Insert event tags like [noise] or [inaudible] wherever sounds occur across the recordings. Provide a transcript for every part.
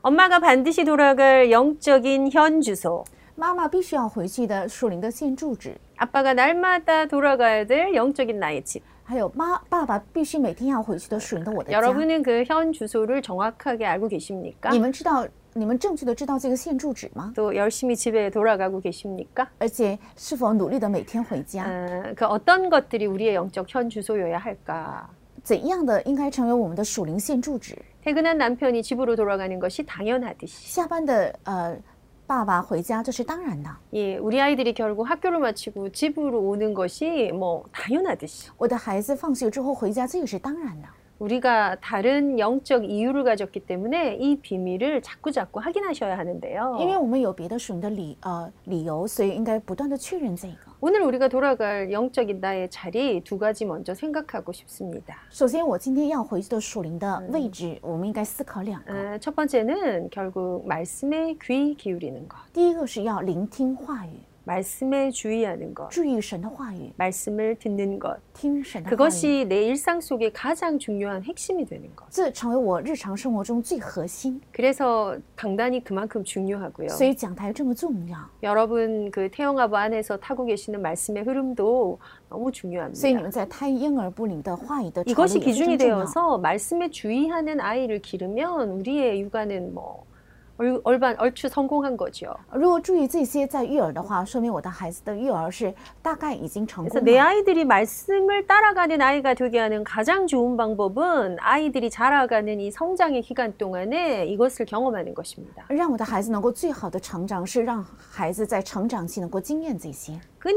엄마가 반드시 돌아갈 영적인 현 주소, 妈妈必须要回去的属灵的现住址， 아빠가 날마다 돌아가야 될 영적인 나의 집. 还有妈爸爸必须每天要回去的属灵的我的家。 여러분은 그 현 주소를 정확하게 알고 계십니까? 你们知道，你们正确的知道这个现住址吗？ 또 열심히 집에 돌아가고 계십니까? 而且是否努力的每天回家？ 아, 그 어떤 것들이 우리의 영적 현 주소여야 할까? 怎样的应该成为我们的属灵现住址？ 퇴근한 남편이 집으로 돌아가는 것이 당연하듯이 下班的呃，爸爸回家这是当然的。 예, 우리 아이들이 결국 학교를 마치고 집으로 오는 것이 뭐 당연하듯이 我的孩子放学之后回家，这也是当然的。 우리가 다른 영적 이유를 가졌기 때문에 이 비밀을 자꾸자꾸 확인하셔야 因为 하는데요. 我们有别的属灵的理呃理由，所以应该不断的确认这个。 오늘 우리가 돌아갈 영적인 나의 자리 두 가지 먼저 생각하고 싶습니다. 首先，我今天要回去的属灵的位置，我们应该思考两个。 아, 첫 번째는 결국 말씀에 귀 기울이는 것, 第一个是要聆听话语， 말씀에 주의하는 것, 注意神的话语， 말씀을 듣는 것. 听神的话语， 그것이 내 일상 속에 가장 중요한 핵심이 되는 것. 这成为我日常生活中最核心。 그래서 강단이 그만큼 중요하고요. 所以讲台这么重要， 여러분 그 태영아부 안에서 타고 계시는 말씀의 흐름도 너무 所以你 중요합니다. 们在胎婴儿不灵的话语的传递 이것이 也非 기준이 常重要。 되어서 말씀에 주의하는 아이를 기르면 우리의 육아는 뭐 얼- 얼반 얼추 성공한 거죠. 如果注意这些在育儿的话，说明我的孩子的育儿是大概已经成 그래서 功 내 了。 아이들이 말씀을 따라가는 아이가 되게 하는 가장 좋은 방법은 아이들이 자라가는 이 성장의 기간 동안에 이것을 경험하는 것입니다. 让我的孩子能够最好的成长，是让孩子在成长期能够经验这些，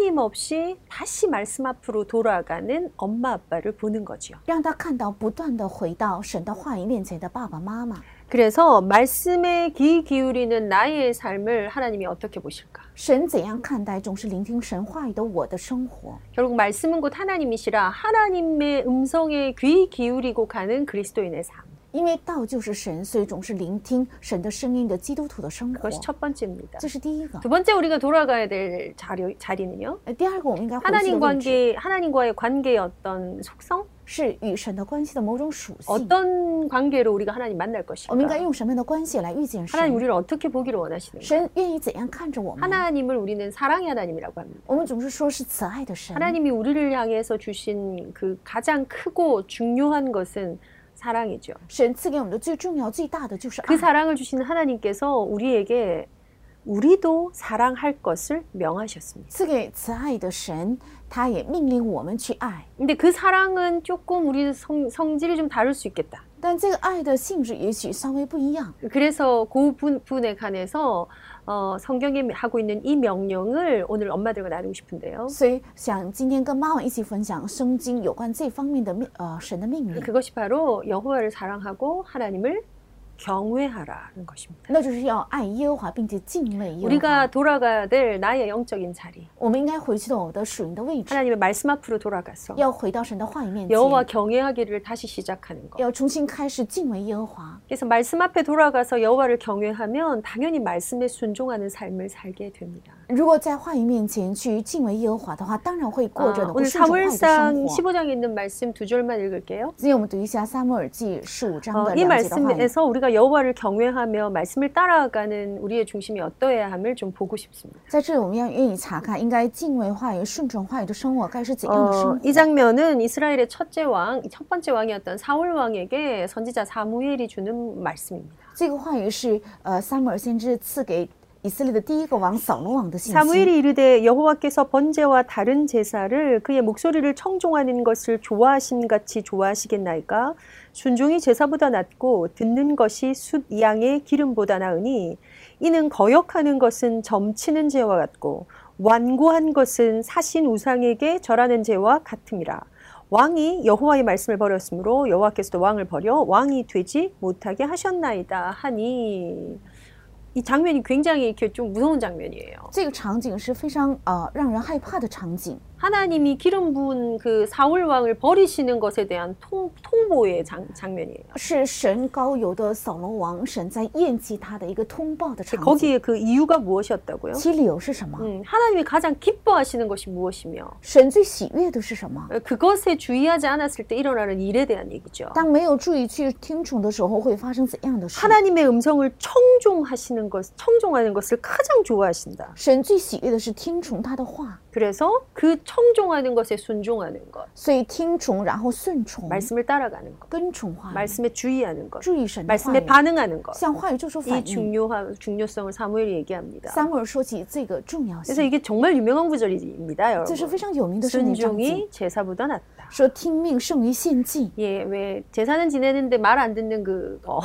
끊임없이 다시 말씀 앞으로 돌아가는 엄마 아빠를 보는 거죠. 让他看到不断的回到神的话语面前的爸爸妈妈。 그래서 말씀에 귀 기울이는 나의 삶을 하나님이 어떻게 보실까? 神怎样看待总是聆听神话语的我的生活？ 결국 말씀은 곧 하나님이시라 하나님의 음성에 귀 기울이고 가는 그리스도인의 삶. 因为道就是神，所以总是聆听神的声音的基督徒的生活 그것이 ，첫 번째입니다. 这是第一个 두 。 번째 우리가 돌아가야 될 자리, 자리는요. 呃，第二个我们应该回去 하나님 的位置 관계, 하나님과의 관계의 어떤 속성? 是与神的关系的某种属性。 어떤 관계로 우리가 하나님 만날 我们应该 것인가? 用什么样的关系来遇见 하나님 神？ 우리를 어떻게 보기를 원하시는가? 神愿意怎样看着我们？ 하나님을 우리는 사랑의 하나님이라고 합니다. 我们总是说是慈爱的神， 하나님이 우리를 향해서 주신 그 가장 크고 중요한 것은 사랑이죠. 神赐给我们的最重要、最大的就是 그 爱。 사랑을 주신 하나님께서 우리에게 우리도 사랑할 것을 명하셨습니다. 赐给慈爱的神，他也命令我们去爱， 근데 그 사랑은 조금 우리 성, 성질이 좀 다를 수 있겠다. 但这个爱的性质也许稍微不一样。 그래서 그 분, 분에 관해서 어, 성경에 하고 있는 이 명령을 오늘 엄마들과 나누고 싶은데요. 所以想今天跟妈妈一起分享圣经有关这方面的命，呃，神的命令， 그것이 바로 여호와를 사랑하고 하나님을 경외하라는 것입니다. 那就是要爱耶和华，并且敬畏耶和 우리가 华。 돌아가야 될 나의 영적인 자리. 我们应该回去到我们的属灵的位置， 하나님의 말씀 앞으로 돌아가서 要回到神的话语面前， 여호와 경외하기를 다시 시작하는 것. 要重新开始敬畏耶和华。 그래서 말씀 앞에 돌아가서 여호와를 경외하면 당연히 말씀에 순종하는 삶을 살게 됩니다. 如果在话语面前去敬畏耶和华的话，当然会 아, 过着能够 오늘 顺从话语的生 사월상 活。 15장에 있는 말씀 두 절만 읽을게요. 今天我们读一下《撒母耳记》十五章 어, 的 이 两节的话语。 말씀에서 우리가 여호와를 경외하며 말씀을 따라가는 우리의 중심이 어떠해야 함을 좀 보고 싶습니다. 在这里，我们要愿意查看，应该敬畏话语、顺从话语的生活该是怎样的生 어, 活？ 이 장면은 이스라엘의 첫째 왕, 첫 번째 왕이었던 사울 왕에게 선지자 사무엘이 주는 말씀입니다. 这个话语是呃撒母耳先知赐给以色列的第一个王扫罗王的信息。 사무엘이 이르되 여호와께서 번제와 다른 제사를 그의 목소리를 청종하는 것을 좋아하신 같이 좋아하시겠나이까 순종이 제사보다 낫고 듣는 것이 숫 양의 기름보다 나으니 이는 거역하는 것은 점치는 죄와 같고 완고한 것은 사신 우상에게 절하는 죄와 같음이라 왕이 여호와의 말씀을 버렸으므로 여호와께서도 왕을 버려 왕이 되지 못하게 하셨나이다 하니 이 장면이 굉장히 이렇게 좀 무서운 장면이에요. 这个场景是非常呃让人害怕的场景。 하나님이 기름 부은 그 사울 왕을 버리시는 것에 대한 통, 통보의 장, 장면이에요. 是神高邮的扫罗王，神在厌弃他的一个通报的场景。 거기에 그 이유가 무엇이었다고요? 其理由是什么？ 음, 하나님이 가장 기뻐하시는 것이 무엇이며 神最喜悦的是什么？ 어, 그것에 주의하지 않았을 때 일어나는 일에 대한 얘기죠. 当没有注意去听从的时候，会发生怎样的事？ 하나님의 음성을 청종하시는 것, 청종하는 것을 가장 좋아하신다. 神最喜悦的是听从他的话， 그래서 그 청종하는 것에 순종하는 것, 所以听从，然后顺从， 말씀을 따라가는 것, 跟从话语， 말씀에 음. 주의하는 것, 注意神的话 말씀에 语， 반응하는 것. 向话语做出 이 反应。 중요한 중요성을 사무엘이 얘기합니다. 撒母耳说起这个重要 그래서 性， 이게 정말 유명한 구절입니다, 这是 여러분. 非常有名的圣经章节， 순종이 제사보다 낫다. 说听命胜于献 [laughs] 祭。 예, 왜 제사는 지내는데 말 안 듣는 그 어.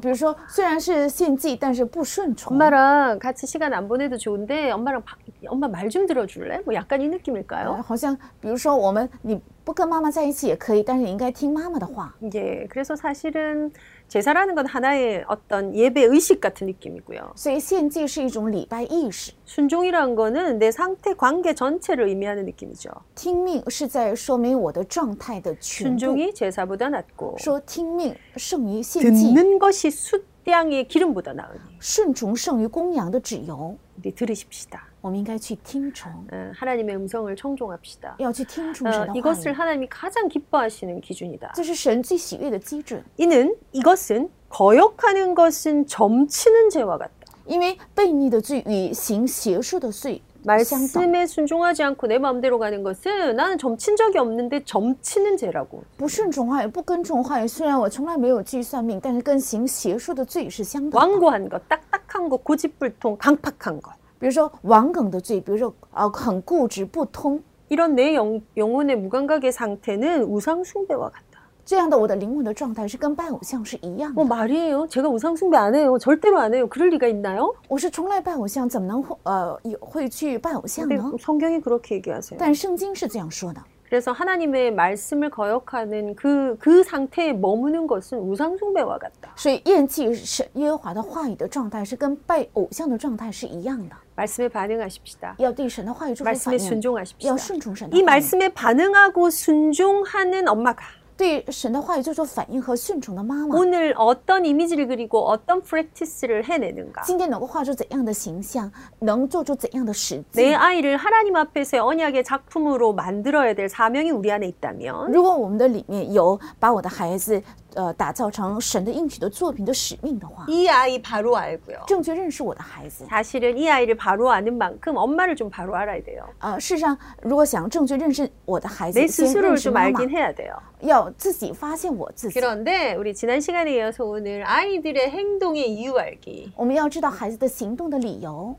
比如说，虽然是献祭，但是不顺从。 엄마랑 같이 시간 안 보내도 좋은데 엄마랑 바- 엄마 말 좀 들어줄래? 뭐 약간 이 呃 느낌일까요? 好像比如说我们你不跟妈妈在一起也可以，但是你应该听妈妈的话。 예, 그래서 사실은 제사라는 건 하나의 어떤 예배 의식 같은 느낌이고요. 所以献祭是一种礼拜意识， 순종이라는 거는 내 상태 관계 전체를 의미하는 느낌이죠. 听命是在说明我的状态的 네. 全部。 순종이 제사보다 낫고 说听命胜于献祭， 듣는 것이 숫양의 기름보다 나으니 顺从胜于公羊的脂油。 우리 들으십시다. 我们应该去听从， 어, 하나님의 음성을 청종합시다. 要去听从 어, 神的话 이것을 语。 하나님이 가장 기뻐하시는 기준이다. 这是神最喜悦的基准， 이는 이것은 거역하는 것은 점치는 죄와 같다. 因为悖逆的罪与行邪术的罪相等， 말씀에 순종하지 않고 내 마음대로 가는 것은 나는 점친 적이 없는데 점치는 죄라고. 不顺从话语，不跟从话语。虽然我从来没有去算命，但是跟行邪术的罪是相等的。 완고한 것, 딱딱한 것, 고집불통, 강팍한 것. 比如说王梗的罪，比如说啊、呃很固执不通， 이런 내 영, 영혼의 무감각의 상태는 우상숭배와 같다. 这样的我的灵魂的状态是跟拜偶像是一样的。 어, 말이에요. 제가 우상숭배 안 해요. 절대로 안 해요. 그럴 리가 있나요? 我是从来拜偶像，怎么能会呃也会去拜偶像 근데 呢？ 성경이 그렇게 얘기하세요. 但圣经是这样说的。 그래서 하나님의 말씀을 거역하는 그, 그 상태에 머무는 것은 우상숭배와 같다. 所以厌弃是耶和华的话语的状态，是跟拜偶像的状态是一样的， 말씀에 반응하십시다. 要对神的话语做出 말씀에 反应， 순종하십시다. 要顺从神的 이 话语， 말씀에 반응하고 순종하는 엄마가 对神的话语做出反应和顺从的妈妈， 오늘 어떤 이미지를 그리고 어떤 프랙티스를 해내는가. 今天能够画出怎样的形象，能做出怎样的实 내 际。 아이를 하나님 앞에서의 언약의 작품으로 만들어야 될 사명이 우리 안에 있다면 如果我们的里面有把我的孩子，呃，打造成神的应许的作品的使命的话， 이 아이 바로 알고요. 正确认识我的孩子。 사실은 이 아이를 바로 아는 만큼 엄마를 좀 바로 알아야 돼요. 呃，事实上，如果想正确认识我的孩 내 子，先 스스로를 认识 좀 妈妈 알긴 ， 해야 돼요. 要自己发现我自己。 그런데 우리 지난 시간에 이어서 오늘 아이들의 행동의 이유 알기. 我们要知道孩子的行动的理由。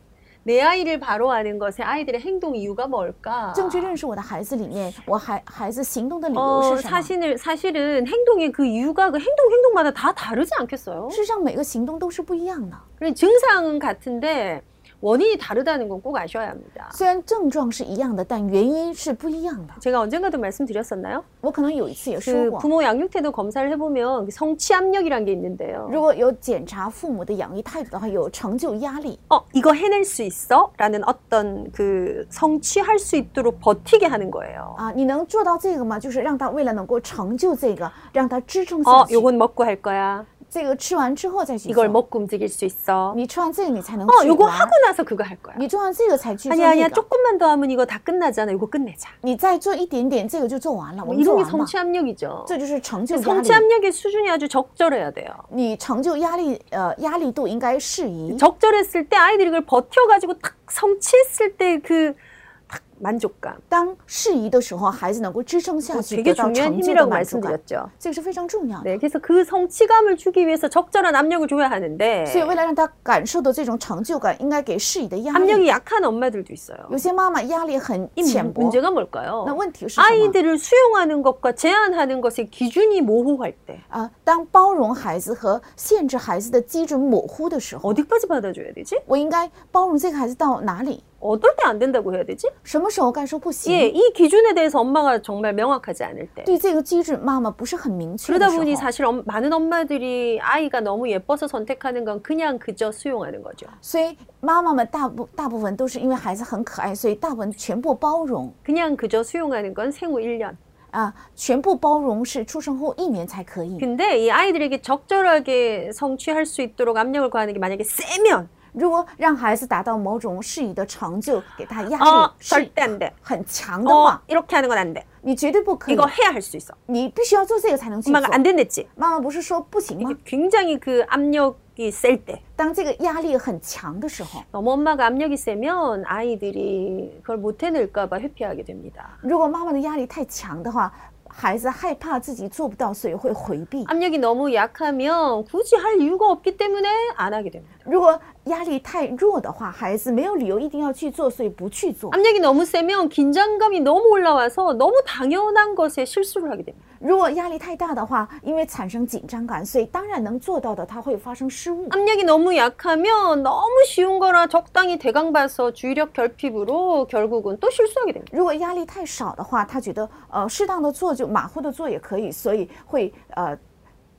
내 아이를 바로 아는 것에 아이들의 행동 이유가 뭘까? 正确认识我的孩子里面，我孩孩子行动的理由 어, 是什么？ 사실은 사실은 행동의 그 이유가 그 행동 행동마다 다 다르지 않겠어요? 事实上，每个行动都是不一样的。 그래 증상은 같은데 원인이 다르다는 건 꼭 아셔야 합니다. 虽然症状是一样的，但原因是不一样的。 제가 언젠가도 말씀드렸었나요? 我可能有一次也说 그 过， 부모 양육태도 검사를 해보면 그 성취 압력이란 게 있는데요. 如果有检查父母的养育态度的话，有成就压力， 어, 이거 해낼 수 있어? 라는 어떤 그 성취할 수 있도록 버티게 하는 거예요. 啊，你能做到这个吗？就是让他为了能够成就这个，让他支撑下 어, 去。 요건 먹고 할 거야. 这个哦吃完之后再去 이걸 做， 먹고 움직일 수 있어. 你吃完这个你才能 어 去 요거 玩 하고 나서 그거 할 거야. 你做完这个才去做 아니야 那 아니야 个， 조금만 더 하면 이거 다 끝나잖아. 요거 끝내자. 你再做一点点，这个就做完了，我 뭐 们做 이런 게 完了， 성취 압력이죠. 这就是成就压力 성취 。 압력의 수준이 아주 적절해야 돼요. 你成就压力，呃，压力度应该适宜。 적절했을 때 아이들이 그걸 버텨가지고 탁 성취했을 때 그 만족감. 当适宜的时候，孩子能够支撑下 그거 去， 되게 得到 중요한 成就的 힘이라고 满足感， 말씀드렸죠. 这个是非常重要的。 네, 그래서 그 성취감을 주기 위해서 적절한 압력을 줘야 하는데 所以，为了让他感受到这种成就感，应该给适宜的压力。 압력이 약한 엄마들도 있어요. 有些妈妈压力很 이 浅 문- 薄， 문제가 那 뭘까요? 问题是什么？ 아이들을 수용하는 것과 제한하는 것의 기준이 모호할 때 啊、当包容孩子和限制孩子的基准模糊的时候， 어디까지 받아줘야 되지? 我应该包容这个孩子到哪里？ 어떨 때 안 된다고 해야 되지? 什么什么该说不行？ 예, 이 기준에 대해서 엄마가 정말 명확하지 않을 때. 对这个机制，妈妈不是很明确的 그러다 时候 보니 사실 엄- 많은 엄마들이 아이가 너무 예뻐서 선택하는 건 그냥 그저 수용하는 거죠. 所以妈妈们大部大部分都是因为孩子很可爱，所以大部分全部包容 그냥 그저 수용하는 건 생후 1년. 啊，全部包容是出生后一年才可以。 근데 이 아이들에게 적절하게 성취할 수 있도록 압력을 가하는 게 만약에 세면 如果让孩子达到某种适宜的成就，给他压力 어 是 절대 안 돼. 很强的 어, 话， 이렇게 하는 건 안 돼. 你绝对不可以 이거 ， 해야 할 수 있어. 你必须要做这个才能去做 엄마가 。안 된댔지. 妈妈不是说不行吗 이게 ？ 굉장히 그 압력이 셀 때. 当这个压力很强的时候， 너무 엄마가 압력이 세면 아이들이 그걸 못 해낼까봐 회피하게 됩니다. 如果妈妈的压力太强的话，孩子害怕自己做不到，所以会回避。 압력이 너무 약하면 굳이 할 이유가 없기 때문에 안 하게 됩니다. 如果压力太弱的话，孩子没有理由一定要去做，所以不去做。 압력이 너무 세면 긴장감이 너무 올라와서 너무 당연한 것에 실수를 하게 됩니다. 如果压力太大的话，因为产生紧张感，所以当然能做到的，他会发生失误。 압력이 너무 약하면 너무 쉬운 거라 적당히 대강 봐서 주의력 결핍으로 결국은 또 실수하게 됩니다. 如果压力太少的话，他觉得呃适当的做就马虎的做也可以，所以会呃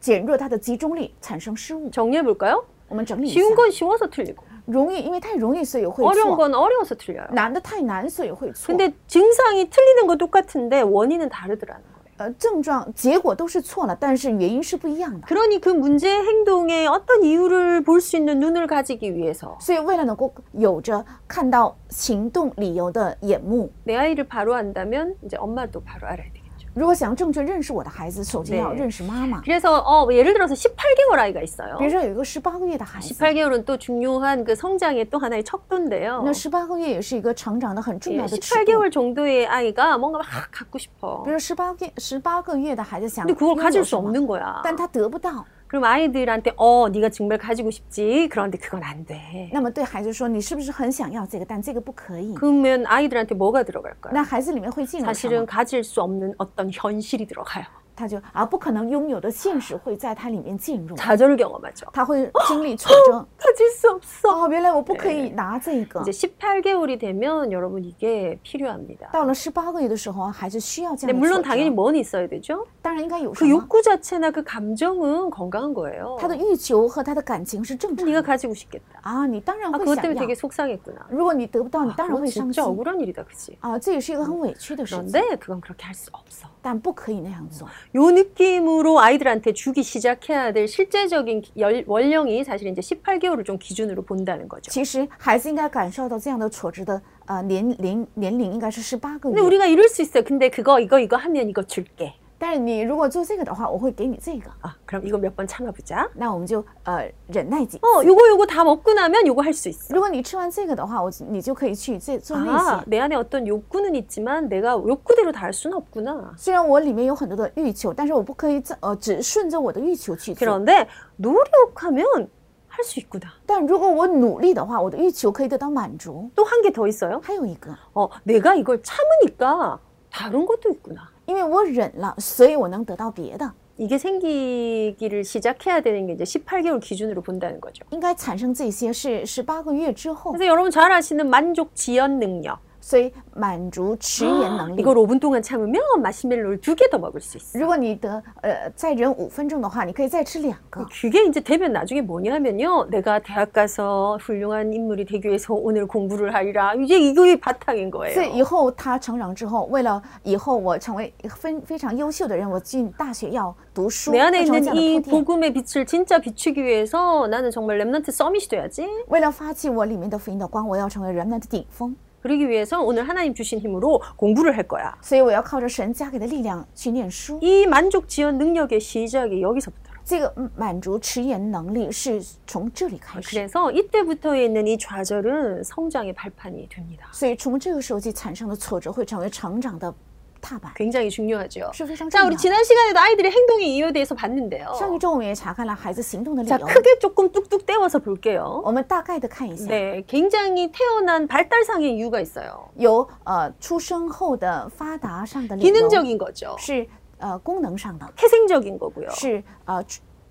减弱他的集中力，产生失误。 정리해 볼까요? 我们整理一下， 쉬운 건 쉬워서 틀리고 容易因为太容易，所以会 어려운 错； 건 어려워서 음. 틀려요. 难的太难，所以会错。 근데 증상이 틀리는 건 똑같은데 원인은 다르더라는 거예요. 呃，症状结果都是错了，但是原因是不一样的。 그러니 그 문제 행동에 어떤 이유를 볼 수 있는 눈을 가지기 위해서 所以为了能够有着看到行动理由的眼目， 내 아이를 바로 안다면 이제 엄마도 바로 알아야 되겠죠. 如果想要正确认识我的孩子，首先要对认识妈妈。 그래서 어, 예를 들어서 18개월 아이가 있어요. 比如说有一个十八个月的孩子， 18개월은 또 중요한 그 성장의 또 하나의 척도인데요. 那十八个月也是一个成长的很重 예, 要的尺度。 18개월 정도의 아이가 뭔가 막 갖고 싶어. 比如十八个十八个月的孩子想 근데 拥 그걸 有 가질 수 什么 없는 거야. 但他得不到， 그럼 아이들한테 어, 네가 정말 가지고 싶지. 그런데 그건 안 돼. 那么对孩子说你是不是很想要这个，但这个不可以。 그러면 아이들한테 뭐가 들어갈까요? 那孩子里面会进入什 사실은 么？ 가질 수 없는 어떤 현실이 들어가요. 他就啊不可能拥有的现实会在他里面进入， 좌절을 경험하죠. 他会经历挫 [gasps] 折。 가질 수 없어. 哦，原来我不可以拿这个 이제 。 18개월이 되면 여러분 이게 필요합니다. 到了十八个月的时候，孩子需要这 근데 样的挫 물론 折。 당연히 뭔 있어야 되죠? 当然应该有什 그 么？ 욕구 자체나 그 감정은 건강한 거예요. 他的欲求和他的感情是正常 네가 的 가지고 싶겠다. 啊，你当然 아, 会 그것 想 때문에 要 되게 。 속상했구나. 如果你得不到，你 아, 当然 그거 会伤 진짜 心 억울한 일이다, 그치? 啊，这也是一个很委屈的事情， 그런데 그건 그렇게 할 수 없어. 但不可以那样做。 요 느낌으로 아이들한테 주기 시작해야 될 실제적인 기- 열- 원령이 사실 이제 18개월을 좀 기준으로 본다는 거죠. 其实孩子应该感受到这样的挫折的呃年龄年龄应该是十八个 근데 月， 우리가 이럴 수 있어요. 근데 그거 이거 이거 하면 이거 줄게. 但是你如果做这个的话，我会给你这个， 아, 그럼 이거 몇 번 참아보자. 那我们就呃忍耐几。 어, 요거 요거 다 먹고 나면 요거 할 수 있어. 如果你吃完这个的话，我你就可以去这做那 아, 些。 내 안에 어떤 욕구는 있지만 내가 욕구대로 다 할 수는 없구나. 虽然我里面有很多的欲求，但是我不可以这呃只顺着我的欲求去做。 그런데 노력하면 할 수 있구나. 但如果我努力的话，我的欲求可以得到满足。 또 한 개 더 있어요. 还有一个， 어, 내가 이걸 참으니까 다른 것도 있구나. 因为我忍了，所以我能得到别的。 이게 생기기를 시작해야 되는 게 이제 18개월 기준으로 본다는 거죠. 应该产生这些是十八个月之后， 그래서 여러분 잘 아시는 만족 지연 능력. 아, 所以满足迟延能力。 이걸 5분 동안 참으면 마시멜로를 두 개 더 먹을 수 있어. 如果你得呃再忍五分钟的话，你可以再吃两个。 그게 이제 되면 나중에 뭐냐면요. 내가 대학 가서 훌륭한 인물이 되기 위해서 오늘 공부를 하리라. 이제 이게 바탕인 所 거예요. 以以后他成长之后，为了以后我成为一个非非常优秀的人，我进大学要读书， 내 要 안에 成为这 있는 样的 이 铺垫。 복음의 빛을 진짜 비추기 위해서 나는 정말 렘넌트 서밋이 돼야지. 为了发起我里面的福音的光，我要成为人们的顶峰。 그러기 위해서 오늘 하나님 주신 힘으로 공부를 할 거야. 所以我要靠着神加给的力量去念书。 이 만족 지연 능력의 시작이 여기서부터. 这个嗯满足迟延能力是从这里开始， 그래서 이때부터 있는 이 좌절은 성장의 발판이 됩니다. 所以从这个时候起产生的挫折会成为成长的踏板， 굉장히 중요하죠. 是非常 자, 重要哦 우리 的。 지난 시간에도 아이들의 행동의 이유에 대해서 봤는데요. 上一周我们也查看了孩子行动的理 자, 由， 크게 조금 뚝뚝 떼워서 볼게요. 我们大概的看一下。 네, 굉장히 태어난 발달상의 이유가 있어요. 有呃出生后的发达上的理由 기능적인 거죠. 是呃功能上的， 태생적인 거고요. 是呃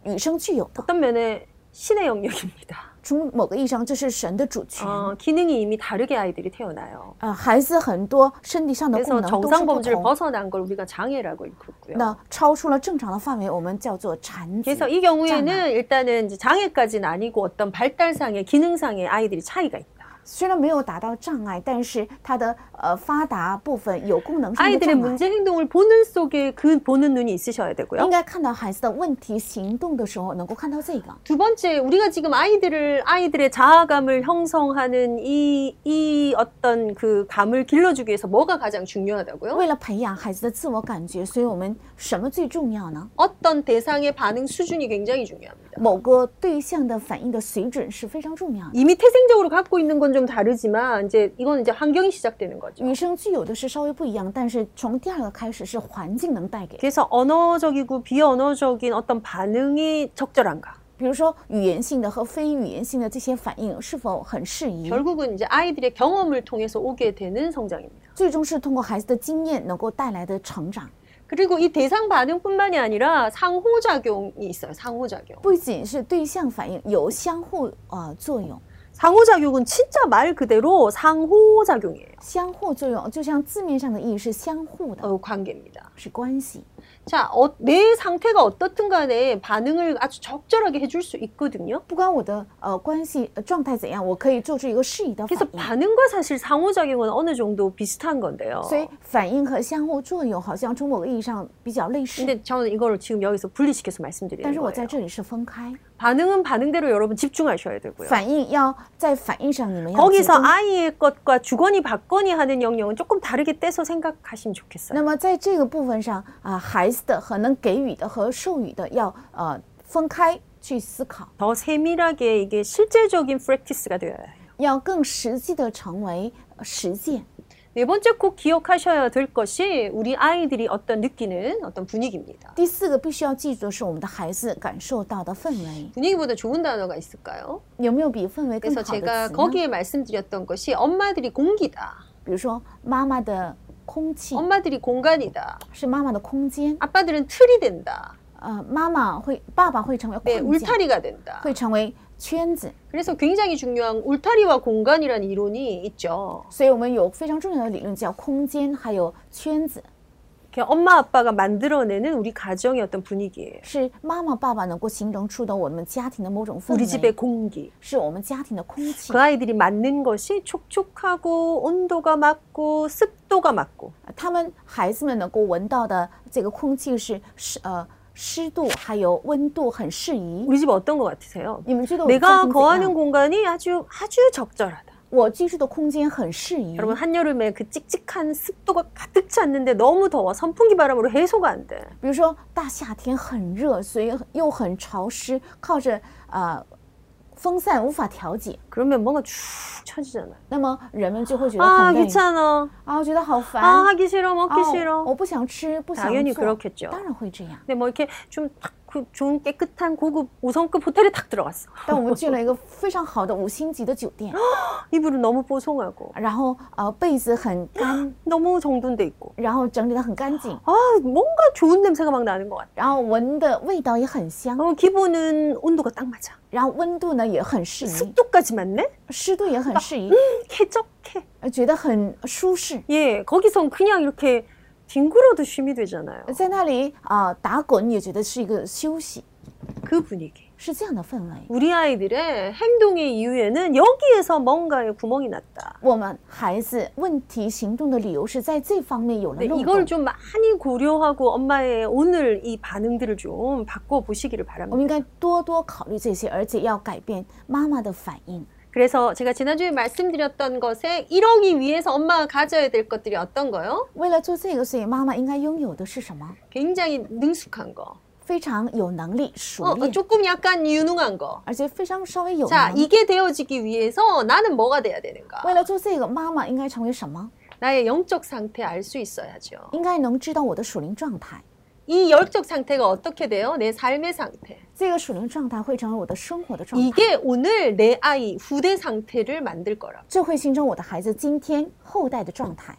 与生俱有的， 어떤 면에 신의 영역입니다. 从某个意义上，这是神的主权。 어, 기능이 이미 다르게 아이들이 태어나요. 呃，孩子很多身体上的功 그래서 能都是 정상 不 범주를 同， 벗어난 걸 우리가 장애라고 일컫고요. 那超出了正常的范围，我们叫做残疾。 그래서 이 경우에는 일단은 이제 장애까지는 아니고 어떤 발달상의 기능상의 아이들이 차이가 있다. 虽然没有达到障碍，但是它的呃发达部分有功能上的 아이들의 障碍。 문제 행동을 보는 속에 그 보는 눈이 있으셔야 应 되고요. 该看到孩子的问题行动的时候，能够看到这个。 두 번째, 우리가 지금 아이들을 아이들의 자아감을 형성하는 이, 이 어떤 그 감을 길러주기 위해서 뭐가 가장 중요하다고요? 为了培养孩子的自我感觉，所以我们什么最重要呢？ 어떤 대상의 반응 수준이 굉장히 중요합니다. 某个对象的反应的水准是非常重要的。 이미 태생적으로 갖고 있는 건 좀 다르지만 이제 이건 이제 환경이 시작되는 거죠. 与生俱有的是稍微不一样，但是从第二个开始是环境能带给的， 그래서 언어적이고 비언어적인 어떤 반응이 적절한가? 比如说语言性的和非语言性的这些反应是否很适 음. 宜， 결국은 이제 아이들의 경험을 통해서 오게 되는 성장입니다. 最终是通过孩子的经验能够带来的成长。 그리고 이 대상 반응뿐만이 아니라 상호작용이 있어요. 상호작용. 不仅是对象反应有相互呃作用， 상호작용은 진짜 말 그대로 상호작용이에요. 相互作用就像字面上的意义是相互的， 어, 관계입니다. 是关系。 자, 어, 내 상태가 어떻든 간에 반응을 아주 적절하게 해줄 수 있거든요. 不管我的呃关系呃状态怎样，我可以做出一个适宜的反 그래서 应。 반응과 사실 상호작용은 어느 정도 비슷한 건데요. 所以反应和相互作用好像从某个意义上比较类似， 근데 저는 이걸 지금 여기서 분리시켜서 但 말씀드리는 是我在 거예요. 这里是分开。 반응은 반응대로 여러분 집중하셔야 되고요. 反应要在反应上，你们要集 거기서 中。 아이의 것과 주거니 받거니 하는 영역은 조금 다르게 떼서 생각하시면 좋겠어요. 那么在这个部分上啊，孩子的和能给予的和授予的要呃分开去思考， 더 세밀하게 이게 실제적인 프랙티스가 되어야 해요. 要更实际的成为呃实践。 네 번째 꼭 기억하셔야 될 것이 우리 아이들이 어떤 느끼는 어떤 분위기입니다. 第四个必须要记住的是，我们的孩子感受到的氛围， 분위기보다 좋은 단어가 있을까요? 有没有比氛围更 그래서 好的词 제가 呢？ 거기에 말씀드렸던 것이 엄마들이 공기다. 比如说妈妈的空气 엄마들이 공간이다. 是妈妈的空间， 아빠들은 틀이 된다. 呃，妈妈会，爸爸会成为 네, 框架， 울타리가 된다. 会成为圈子， 그래서 굉장히 중요한 울타리와 공간이라는 이론이 있죠. 所以我们有非常重要的理论叫空间，还有圈子。 그냥 엄마 아빠가 만들어내는 우리 가정의 어떤 분위기예요. 是妈妈、爸爸能够形成出的我们家庭的某种氛 우리 围， 집의 공기. 是我们家庭的空气 그 。 아이들이 맞는 것이 촉촉하고 온도가 맞고 습도가 맞고 他们孩子们能够闻到的这个空气是湿呃湿度还有温度很适宜。 우리 집 어떤 것 같으세요? 你们觉得我们家 내가 庭怎样 거하는 ？ 공간이 어, 아주 예. 아주 적절하다. 我居住的空间很适宜。 여러분 한여름에 그 찝찝한 습도가 가득 찼는데 너무 더워 선풍기 바람으로 해소가 안 돼. 比如说大夏天很热，所以又很潮湿，靠着呃风扇无法调节， 그러면 뭔가 쭉 쳐지잖아요. 那么人们就会觉得 아 很累 귀찮아. 啊，我觉得好 아 烦， 하기 싫어 먹기 啊 싫어. 我不想吃，不想 당연히 做， 그렇겠죠. 当然会这样。 근데 뭐 이렇게 좀그 좋은 깨끗한 고급 5성급 호텔에 탁 들어갔어. 但我们去了一个非常好的五星级的酒店， 이불은 너무 뽀송하고 然后呃被子很干， 너무 정돈돼 있고 然后整理的很干净， 아 뭔가 좋은 냄새가 막 나는 것 같아. 然后闻的味道也很香， 어, 기본은 온도가 딱 맞아. 然后温度呢也很适宜， 습도까지 맞네? 湿度也很适宜， 쾌적해. 呃觉得很舒适。 예, 거기선 그냥 이렇게 뒹굴어도 쉼이 되잖아요. 在那里啊、呃打滚也觉得是一个休息， 그 분위기. 是这样的氛围。 우리 아이들의 행동의 이유에는 여기에서 뭔가의 구멍이 났다. 我们孩子问题行动的理由是在这方面有了 근데 漏 이걸 洞， 좀 많이 고려하고 엄마의 오늘 이 반응들을 좀 바꿔보시기를 我们 바랍니다. 应该多多考虑这些，而且要改变妈妈的反应。 그래서 제가 지난주에 말씀드렸던 것에 이러기 위해서 엄마가 가져야 될 것들이 어떤 거요? 为了做这个，所以妈妈应该拥有的是什么？ 굉장히 능숙한 거. 非常有能力、 어, 熟 어, 练， 조금 약간 유능한 거. 而且非常稍微有 자, 能力。 이게 되어지기 위해서 나는 뭐가 돼야 되는가? 为了做这个，妈妈应该成为什么？ 나의 영적 상태 알 수 있어야죠. 应该能知道我的属灵状态。 이 영적 상태가 어떻게 돼요? 내 삶의 상태. 这个属灵状态会成为我的生活的状态， 이게 오늘 내 아이 후대 상태를 만들 거라고. 这会形成我的孩子今天后代的状态。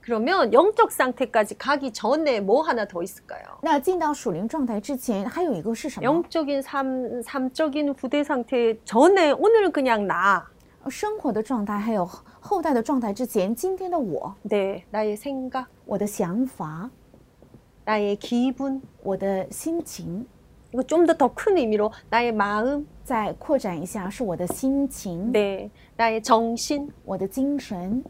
그러면 영적 상태까지 가기 전에 뭐 하나 더 있을까요? 那进到属灵状态之前，还有一个是什么？ 영적인 삶, 삶적인 후대 상태 전에 오늘은 그냥 나, 生活的状态，还有后代的状态之前，今天的我， 네, 나의 생각, 我的想法， 나의 기분, 我的心情， 이거 좀 더 더 큰 의미로 나의 마음, 再扩展一下是我的心情， 네, 나의 정신 네, 我的精神。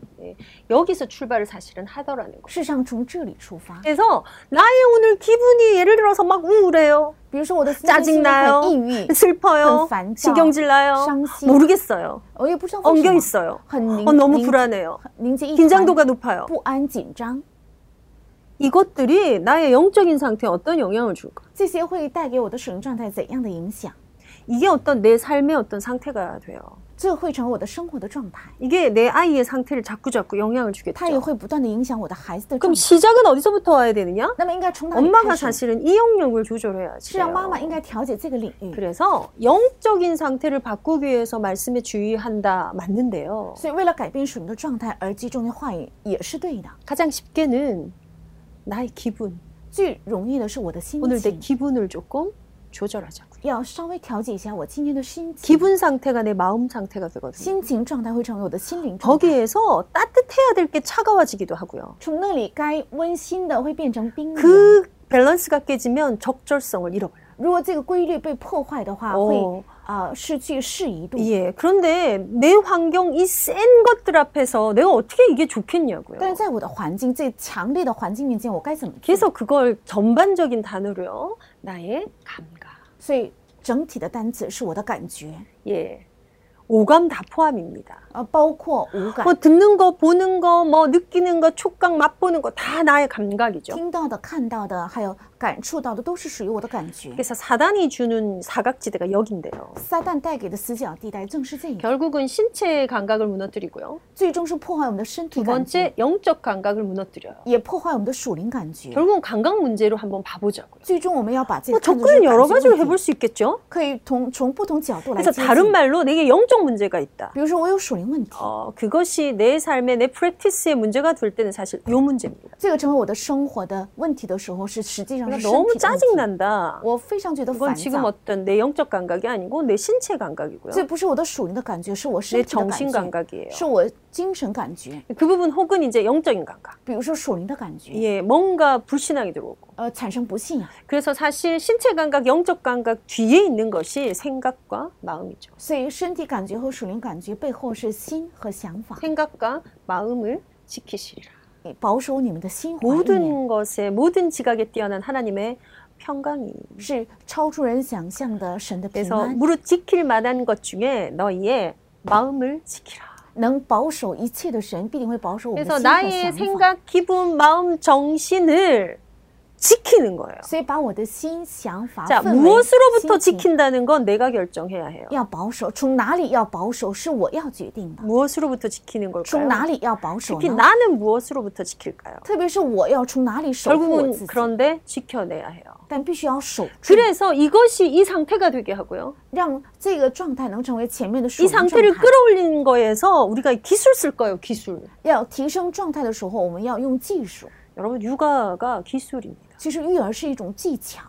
여기서 출발을 사실은 하더라는 거예요. 事实上，从这里出发， 그래서 나의 오늘 기분이 예를 들어서 막 우울해요, 比如说我的心 짜증 情 나요 很 [laughs] 抑郁， 슬퍼요, 반짝, 신경질 나요, 상심. 모르겠어요, 我哦也不知道为什 엉겨 么， 있어요, 很凝 어, 너무 凝 불안해요, 凝结一团， 긴장도가 높아요. 不安紧张， 이것들이 나의 영적인 상태에 어떤 영향을 줄까? 这些会带给我的属灵状态怎样的影响？ 이게 어떤 내 삶의 어떤 상태가 돼요. 这会成为我的生活的状态， 이게 내 아이의 상태를 자꾸 자꾸 영향을 它也 주겠죠. 会不断的影响我的孩子的状 그럼 态。 시작은 어디서부터 와야 되느냐? 那么应该从哪里开 엄마가 始？实 사실은 이 영역을 조절해야지. 际上，妈妈应该调节这个领域。 그래서 영적인 상태를 바꾸기 위해서 말씀에 주의한다 맞는데요. 所以，为了改变属灵的状态而集中的话语也是对的。 가장 쉽게는 나의 기분. 最容易的是我的心 오늘 내 情， 기분을 조금 조절하자고요. 要稍微调节一下我今天的心情。 기분 상태가 내 마음 상태가 되거든요. 心情状态会成为我的心灵状态， 거기에서 따뜻해야 될 게 차가워지기도 하고요. 从那里该温馨的会变成冰冷。 그 밸런스가 깨지면 적절성을 잃어버려요. 如果这个规律被破坏的话，哦会啊、呃失去适宜度。 예. 그런데 내 환경 이 센 것들 앞에서 내가 어떻게 이게 좋겠냐고요. 但是在我的环境最强烈的环境面前，我该怎么做？ 그래서 그걸 전반적인 단어로요. 나의 감각. 所以整体的单词是我的感觉， 예. 오감 다 포함입니다. 呃，包括五感 뭐 ， 듣는 거, 보는 거, 뭐 느끼는 거, 촉각 맛보는 거 다 나의 감각이죠. 听到的、看到的，还有感触到的，都是属于我的感觉。 그래서 사단이 주는 사각지대가 여긴데요. 撒旦带给的死角地带正是这样， 결국은 신체의 감각을 무너뜨리고요. 最终是破坏我们的身体 두 感觉， 번째 영적 감각을 무너뜨려요. 也破坏我们的属灵感觉。 결국은 감각 문제로 한번 봐보자고요. 最终我们要把这 뭐 个看作是 접근은 여러 感 가지로 觉问题 해볼 수 있겠죠. 可以从从不同角度来 그래서 接近。 다른 말로 내게 영적 문제가 있다. 比如说我有属灵问题， 어, 그것이 내 삶의 내 프랙티스의 문제가 될 때는 사실 요 문제입니다. 这个成为我的生活的问题的时候，是实际上是 그러니까 身体的 너무 问题 짜증 난다. 我非常觉得 그건 烦 지금 躁。 어떤 내 영적 감각이 아니고 내 신체 감각이고요. 这不是我的属灵的感觉，是我身 내 体的感 정신 觉， 감각이에요. 是我精神感觉。 그 부분 혹은 이제 영적인 감각. 比如说属灵的感觉， 예, 뭔가 불신앙이 들어오고. 呃，产生不信仰。 그래서 사실 신체 감각, 영적 감각 뒤에 있는 것이 생각과 마음이죠. 所以身体感觉和属灵感觉背后是心和想法。 생각과 마음을 지키시리라. 保守你们的心怀意念， 모든 것에 모든 지각에 뛰어난 하나님의 평강이 是超出人想象的神的平 그래서 安， 무릇 지킬 만한 것 중에 너희의 마음을 지키라. 能保守一切的神必定会保守我们的 그래서 心和 나의 想法。 생각, 기분, 마음, 정신을 지키는 거예요. 所以把我的心、想法、 자, 氛围、心 무엇으로부터 情 지킨다는 건 내가 결정해야 해요. 要保守，从哪里要保守是我要决定的。 무엇으로부터 지키는 从 걸까요? 哪里要保守 특히 呢？ 나는 무엇으로부터 지킬까요? 特别是我要从哪里守护我 결국은 自己， 그런데 지켜내야 해요. 但必须要守住， 그래서 이것이 이 상태가 되게 하고요. 让这个状态能成为前面的属 이 灵状 상태를 态。 끌어올리는 거에서 우리가 기술 쓸 거예요, 기술. 要提升状态的时候，我们要用技术。 여러분, 육아가 기술입니다. 其实育儿是一种技巧，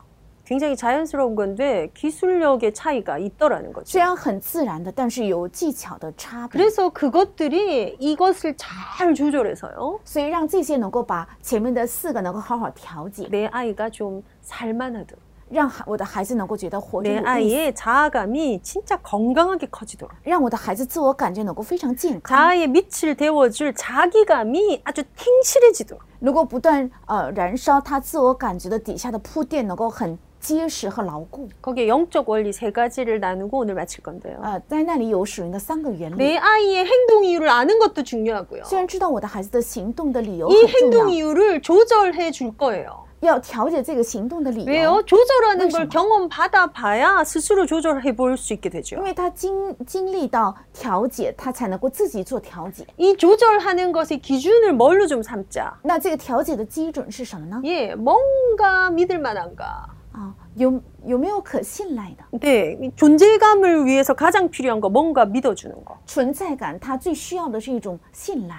굉장히 자연스러운 건데 기술력의 차이가 있더라는 거죠. 虽然很自然的，但是有技巧的差别。 그래서 그것들이 이것을 잘 조절해서요. 所以让这些能够把前面的四个能够好好调节， 내 아이가 좀 살만하도록. 让孩我的孩子能够觉得活着 내 有意思， 아이의 자아감이 진짜 건강하게 커지도록. 让我的孩子自我感觉能够非常健康， 자아의 밑을 데워줄 자기감이 아주 탱실해지도록. 能够不断呃燃烧他自我感觉的底下的铺垫，能够很结实和牢固。 거기에 영적 원리 세 가지를 나누고 오늘 마칠 건데요. 呃，在那里有属于的三个原理。 내 아이의 행동 이유를 아는 것도 중요하고요. 虽然知道我的孩子的行动的理由 이 很 행동 重要， 이유를 조절해 줄 거예요. 要调节这个行动的理由 왜요? ， 조절하는 걸 아, 그러시나. 경험 받아 봐야 스스로 조절해 볼 수 있게 되죠. 因为他经经历到调节，他才能够自己做调节。 이 조절하는 것의 기준을 뭘로 좀 삼자. 那这个调节的基准是什么呢？ 예, 뭔가 믿을 만한가. 啊，有有没有可信赖的 네, 이 존재감을 위해서 가장 필요한 거 뭔가 믿어주는 거. 存在感？他最需要的是一种信赖。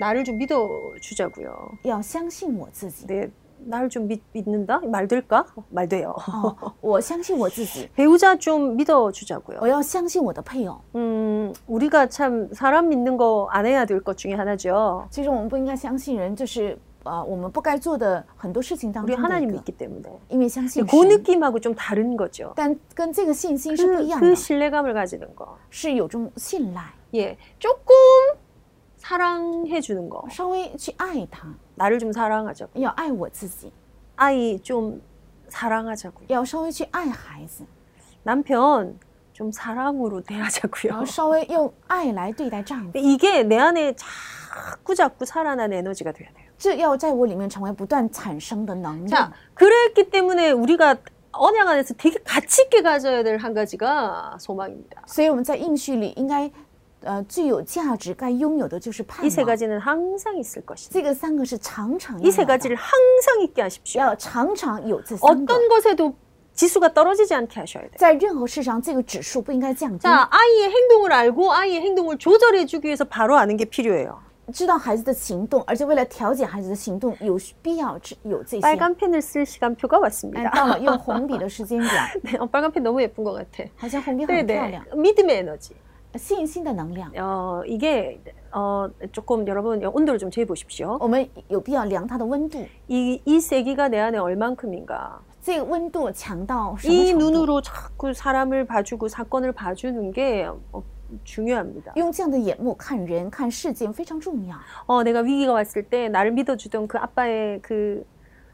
나를 좀 믿어주자고요. 要相信我自己。 네, 나를 좀 믿, 믿는다? 말 될까? 어, 말 돼요. [laughs] 哦，我相信我自己， [laughs] 배우자 좀 믿어주자고요. 我要相信我的配偶。 음, 우리가 참 사람 믿는 거 안 해야 될 것 중에 하나죠. 其实我们不应该相信人，就是呃，我们不该做的很多事情当 우리 中的一 하나님 个， 믿기 때문에. 因为相信 그 神， 느낌하고 좀 다른 거죠. 但跟这个信心是不一 그, 样 그 的， 신뢰감을 가지는 거. 是有种信赖， 예, 조금 사랑해 주는 거. 稍微去爱他， 나를 좀 사랑하자. 要爱我自己， 아이 좀 사랑하자고요. 要稍微去爱孩子， 남편 좀 사랑으로 [laughs] 然 대하자고요. 后稍微用爱来对待丈夫， 근데 이게 내 안에 자꾸 자꾸 살아나는 에너지가 돼야 돼요. 这要在我里面成为不断产生的能 자 量。 그랬기 때문에 우리가 언약 안에서 되게 가치 있게 가져야 될 한 가지가 소망입니다. 所以我们在应许里应该，呃，最有价值、该拥有的就是盼 이 세 望。 가지는 항상 있을 것이다. 这个三个是常常 이 세 要有的 가지를 항상 있게 하십시오. 要常常有这三个， 어떤 것에도 지수가 떨어지지 않게 하셔야 돼요. 음. 在任何事上这个指数不应该降低。 자 아이의 행동을 알고 아이의 행동을 조절해주기 위해서 바로 아는 게 필요해요. 知道孩子的行动，而且为了调节孩子的行动，有必要知有这些。 빨간 펜을 쓸 시간표가 哎 왔습니다. 到了用红笔的时间表， [laughs] 네, 어, 빨간 펜 너무 예쁜 것 같아. 好像红笔很漂 네네. 亮， 믿음의 에너지. 信心的能量， 어, 이게 어, 조금 여러분 온도를 좀 재보십시오. 我们有必要量它的温度。 이, 이 세기가 내 안에 얼만큼인가. 这个温度强到什么 이 程度？ 눈으로 자꾸 사람을 봐주고 사건을 봐주는 게 어, 중요합니다. 用这样的眼目看人、看事件非常重要。 어, 내가 위기가 왔을 때 나를 믿어주던 그 아빠의 그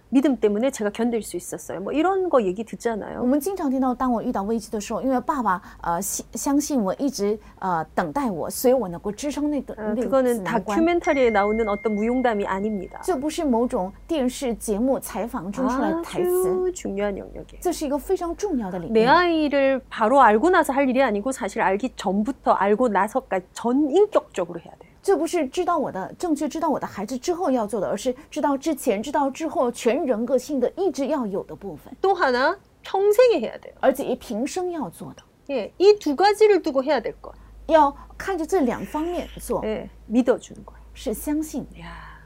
믿음 때문에 제가 견딜 수 있었어요. 뭐 이런 거 얘기 我 듣잖아요. 们经常听到，当我遇到危机的时候，因为爸爸呃信相信我，一直呃等待我，所以我能够支撑那个 어, 那个 그거는 难关。 다큐멘터리에 나오는 어떤 무용담이 아닙니다. 这不是某种电视节目采访中出来啊的台词， 아주 중요한 영역이에요. 这是一个非常重要的领域 내 。 아이를 바로 알고 나서 할 일이 아니고 사실 알기 전부터 알고 나서까지 전 인격적으로 해야 돼요. 这不是知道我的正确知道我的孩子之后要做的，而是知道之前、知道之后全人格性的意志要有的部分， 또 하나 평생에 해야 돼요. 而且也平生要做的。 예, 이 두 가지를 두고 해야 될 것. 要看着这两方面做， 예, 믿어주는 거예요. 是相信。 야.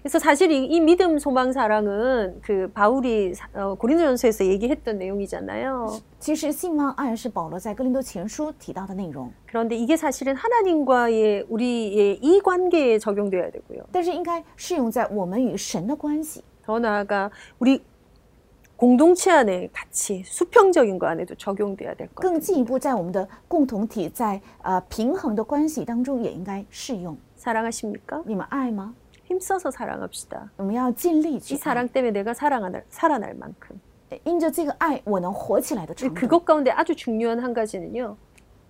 그래서 사실 이, 이 믿음, 소망, 사랑은 그 바울이 사- 어, 고린도전서에서 얘기했던 내용이잖아요. 其实信望爱是保罗在哥林多前书提到的内容， 그런데 이게 사실은 하나님과의 우리의 이 관계에 적용돼야 되고요. 但是应该适用在我们与神的关系， 더 나아가 우리 공동체 안에 같이 수평적인 거 안에도 적용돼야 될 것. 更进一步在我们的共同体在呃平衡的关系当中也应该适用。 사랑하십니까? 你们爱吗？ 힘써서 사랑합시다. 我们要尽力 이 去爱， 사랑 때문에 내가 살아날, 살아날 만큼. 因着这个爱，我能活起来的 근데 程度。 그것 가운데 아주 중요한 한 가지는요.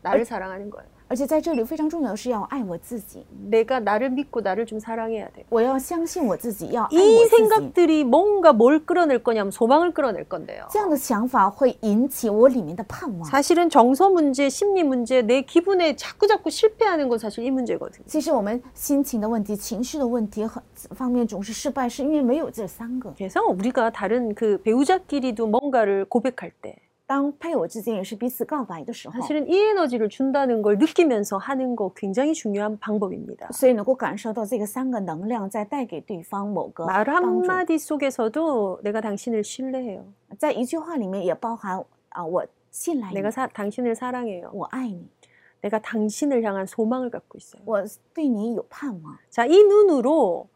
나를 사랑하는 거예요. 而且在这里非常重要的是要爱我自己， 내가 나를 믿고 나를 좀 사랑해야 돼요. 我要相信我自己，要爱 이 我自己。 생각들이 뭔가 뭘 끌어낼 거냐면 소망을 끌어낼 건데요. 这样的想法会引起我里面的盼望。 사실은 정서 문제, 심리 문제, 내 기분에 자꾸자꾸 실패하는 건 사실 이 문제거든요. 其实我们心情的问题、情绪的问题很方面总是失败，是因为没有这三个。 그래서 우리가 다른 그 배우자끼리도 뭔가를 고백할 때 当配偶之间也是彼此告白的时候， 사실은 이 에너지를 준다는 걸 느끼면서 하는 거 굉장히 중요한 방법입니다. 所以能够感受到这个三个能量在带给对方某个 말 帮助， 한마디 속에서도 내가 당신을 신뢰해요. 在一句话里面也包含啊，我信赖你 내가 ， 사- 당신을 사랑해요. 我爱你， 내가 당신을 향한 소망을 갖고 있어요. 我对你有盼望。 자, 이 눈으로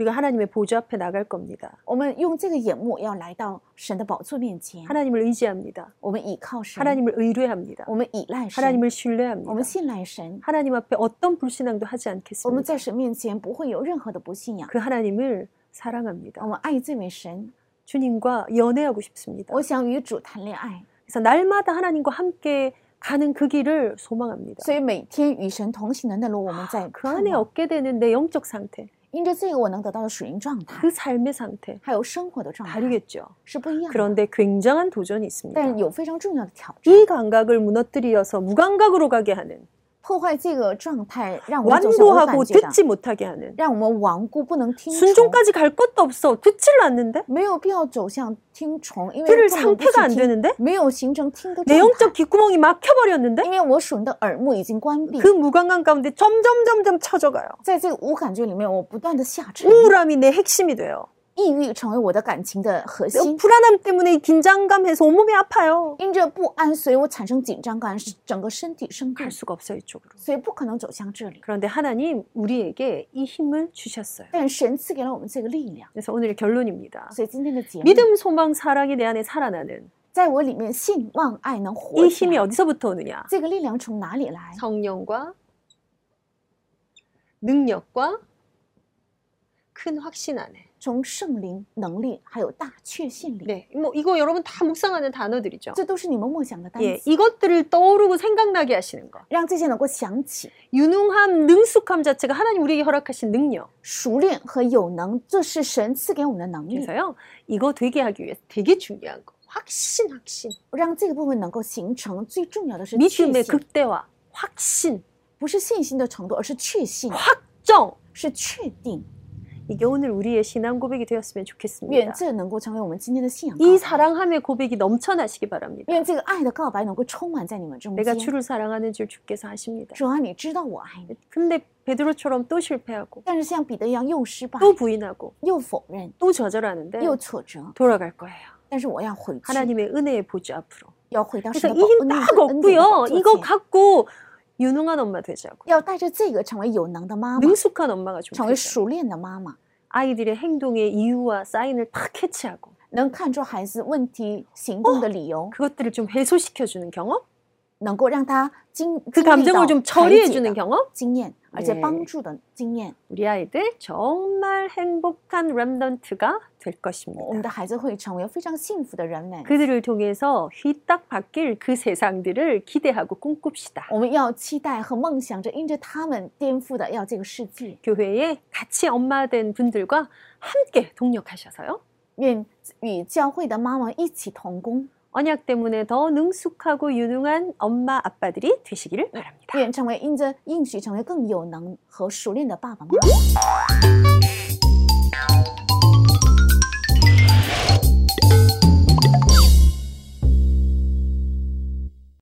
우리가 하나님의 보좌 앞에 나갈 겁니다. 我们用这个眼目要来到神的宝座面前， 하나님을 의지합니다. 我们倚靠神， 하나님을 의뢰합니다. 我们依赖神， 하나님을 我们 신뢰합니다. 信赖神， 하나님 앞에 어떤 불신앙도 하지 我们 않겠습니다. 在神面前不会有任何的不信仰。 그 하나님을 我 사랑합니다. 们爱这位神， 주님과 연애하고 싶습니다. 我想与主谈恋爱， 그래서 날마다 하나님과 함께 가는 그 길을 소망합니다. 所以每天与神同行的那路，我们在 그 盼 안에 望。 얻게 되는 내 영적 상태, 因着这个，我能得到的属灵状态 그 ， 삶의 상태 还有生活的状态 다르겠죠. 네. 是不一样的。 그런데 굉장한 도전이 있습니다. 但有非常重要的挑战， 이 감각을 무너뜨려서 무감각으로 가게 하는 破坏这个状态， 아, 让我们走向无感 완고하고 觉的， 듣지 못하게 하는 让我们顽固不能听从， 순종까지 갈 것도 없어 듣질 않는데 没有必要走向听从，因为 들을 根本不 상태가 안去听， 되는데 没有形成听的 내 状态 영적 ， 귓구멍이 막혀버렸는데 因为我属灵的耳目已经关闭 그 ， 무관감 가운데 점점 점점 쳐져가요 在这个无感觉里面，我不断的下沉， 우울함이 내 핵심이 돼요 抑郁成为我的感情的核心。 불안함 때문에 이 긴장감해서 온몸이 아파요 因着不安，所以我产生紧张感，使整个身体生病 갈 ， 수가 없어요 이쪽으로 所以不可能走向这里。 그런데 하나님 우리에게 이 힘을 주셨어요 但神赐给了我们这个力量， 그래서 오늘의 결론입니다 所以今天的节目， 믿음 소망 사랑이 내 안에 살아나는 在我里面信望爱能活 이 起 힘이 来。 어디서부터 오느냐 这个力量从哪里来？뭐 성령과 능력과 큰 확신 안에. 从圣灵、能力还有大确信里， 네, 뭐 이거 여러분 다 묵상하는 단어들이죠. 这都是你们梦想的单 예, 词， 이것들을 떠오르고 생각나게 하시는 것. 让这些能够想起。 유능함, 능숙함 자체가 하나님 우리에게 허락하신 능력. 熟练和有能，这是神赐给我们的能力， 그래서요, 이거 되게 하기 위해 되게 중요한 거. 확신, 확신. 让这个部分能够形成。最重要的是确 믿음의 信， 극대화. 확신, 不是信心的程度，而是确信， 확정. 是确定。 이게 오늘 우리의 신앙 고백이 되었으면 愿 좋겠습니다. 这能够成为我们今天的信仰告白。 이 사랑함의 고백이 넘쳐나시기 바랍니다. 愿这个爱的告白能够充满在你们中 내가 间。 주를 사랑하는 줄 주께서 하십니다. 主啊，你知道我爱你， 근데 베드로처럼 또 실패하고 但是像彼得一样又失败， 또 부인하고 又否认， 또 저절하는데 又挫折。 돌아갈 거예요. 但是我要回去， 하나님의 은혜의 보좌 앞으로. 要回到神 그래서 的宝 이 恩 힘 典 딱 的恩典的 없고요. 座 이거 前 갖고 유능한 엄마 되자고. 要带着这个成为有能的妈妈， 능숙한 엄마가 成为 좋겠어요. 熟练的妈妈， 아이들의 행동의 이유와 사인을 다 캐치하고 能看出孩子问题行动的理由， 그것들을 좀 해소시켜주는 경험, 能够让他经 그 经历 감정을 到 좀 排 처리해주는 解的 경험. 经验，而且 네 帮助的经验， 우리 아이들 정말 행복한 랩던트가 될 我们 것입니다. 的孩子会成为非常幸福的人们。 그들을 통해서 휘딱 바뀔 그 세상들을 기대하고 꿈꿉시다. 我们要期待和梦想着，因着他们颠覆的要这个世界。 교회에 같이 엄마 된 분들과 함께 동력하셔서요. 愿与教会的妈妈一起同工， 언약 때문에 더 능숙하고 유능한 엄마 아빠들이 되시기를 바랍니다. 愿成为因着应许成为更有能和熟练的爸爸妈妈。